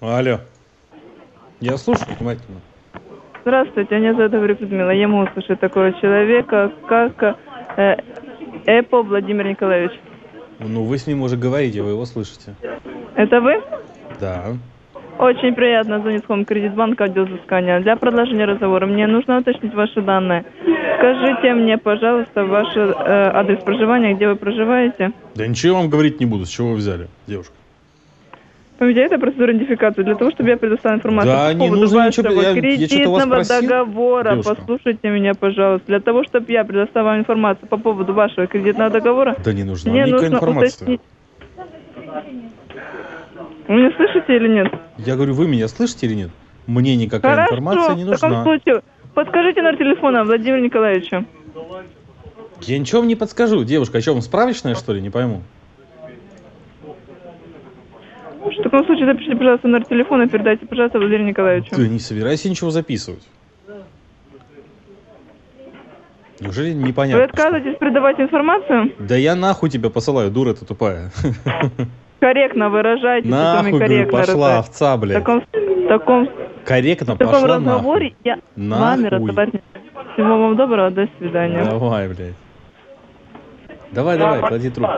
Ну, Алло. Я слушаю внимательно. Здравствуйте, меня зовут Гаврик Людмила. Я могу слушать такого человека, как э, Эпо Владимир Николаевич. Ну, вы с ним уже говорите, вы его слышите. Это вы? Да. Очень приятно звонит Home Кредит Банк, отдел взыскания. Для продолжения разговора мне нужно уточнить ваши данные. Скажите мне, пожалуйста, ваш э, адрес проживания, где вы проживаете. Да ничего я вам говорить не буду, с чего вы взяли, девушка. Помните, это процедура идентификации для того, чтобы я предоставила информацию Да, по не поводу нужно вашего ничего, я- я что-то вас кредитного просил, договора. девушка? Послушайте меня, пожалуйста. Для того, чтобы я предоставила информацию по поводу вашего кредитного договора, Да не нужна мне никакая Ну, нужно информация. уточнить. Вы меня слышите или нет? Я говорю, вы меня слышите или нет? Мне никакая Хорошо, информация не в таком нужна. случае подскажите номер телефона Владимира Николаевича. Я ничего вам не подскажу, девушка. А что, вам справочная, что ли? Не пойму. В таком случае запишите, пожалуйста, номер телефона и передайте, пожалуйста, Владимиру Николаевичу. Ты не собирайся ничего записывать. Неужели Вы непонятно? что ли? отказываетесь передавать информацию? Да я нахуй тебя посылаю, дура ты тупая. Корректно выражайтесь, это Нахуй, говорю, корректно пошла разговаривать. овца, В блядь. таком, в таком, Корректно в таком пошла разговоре нахуй. я с вами Нахуй. разговаривать не буду. Всего вам доброго, до свидания. Давай, блядь. Давай, давай, клади трубку.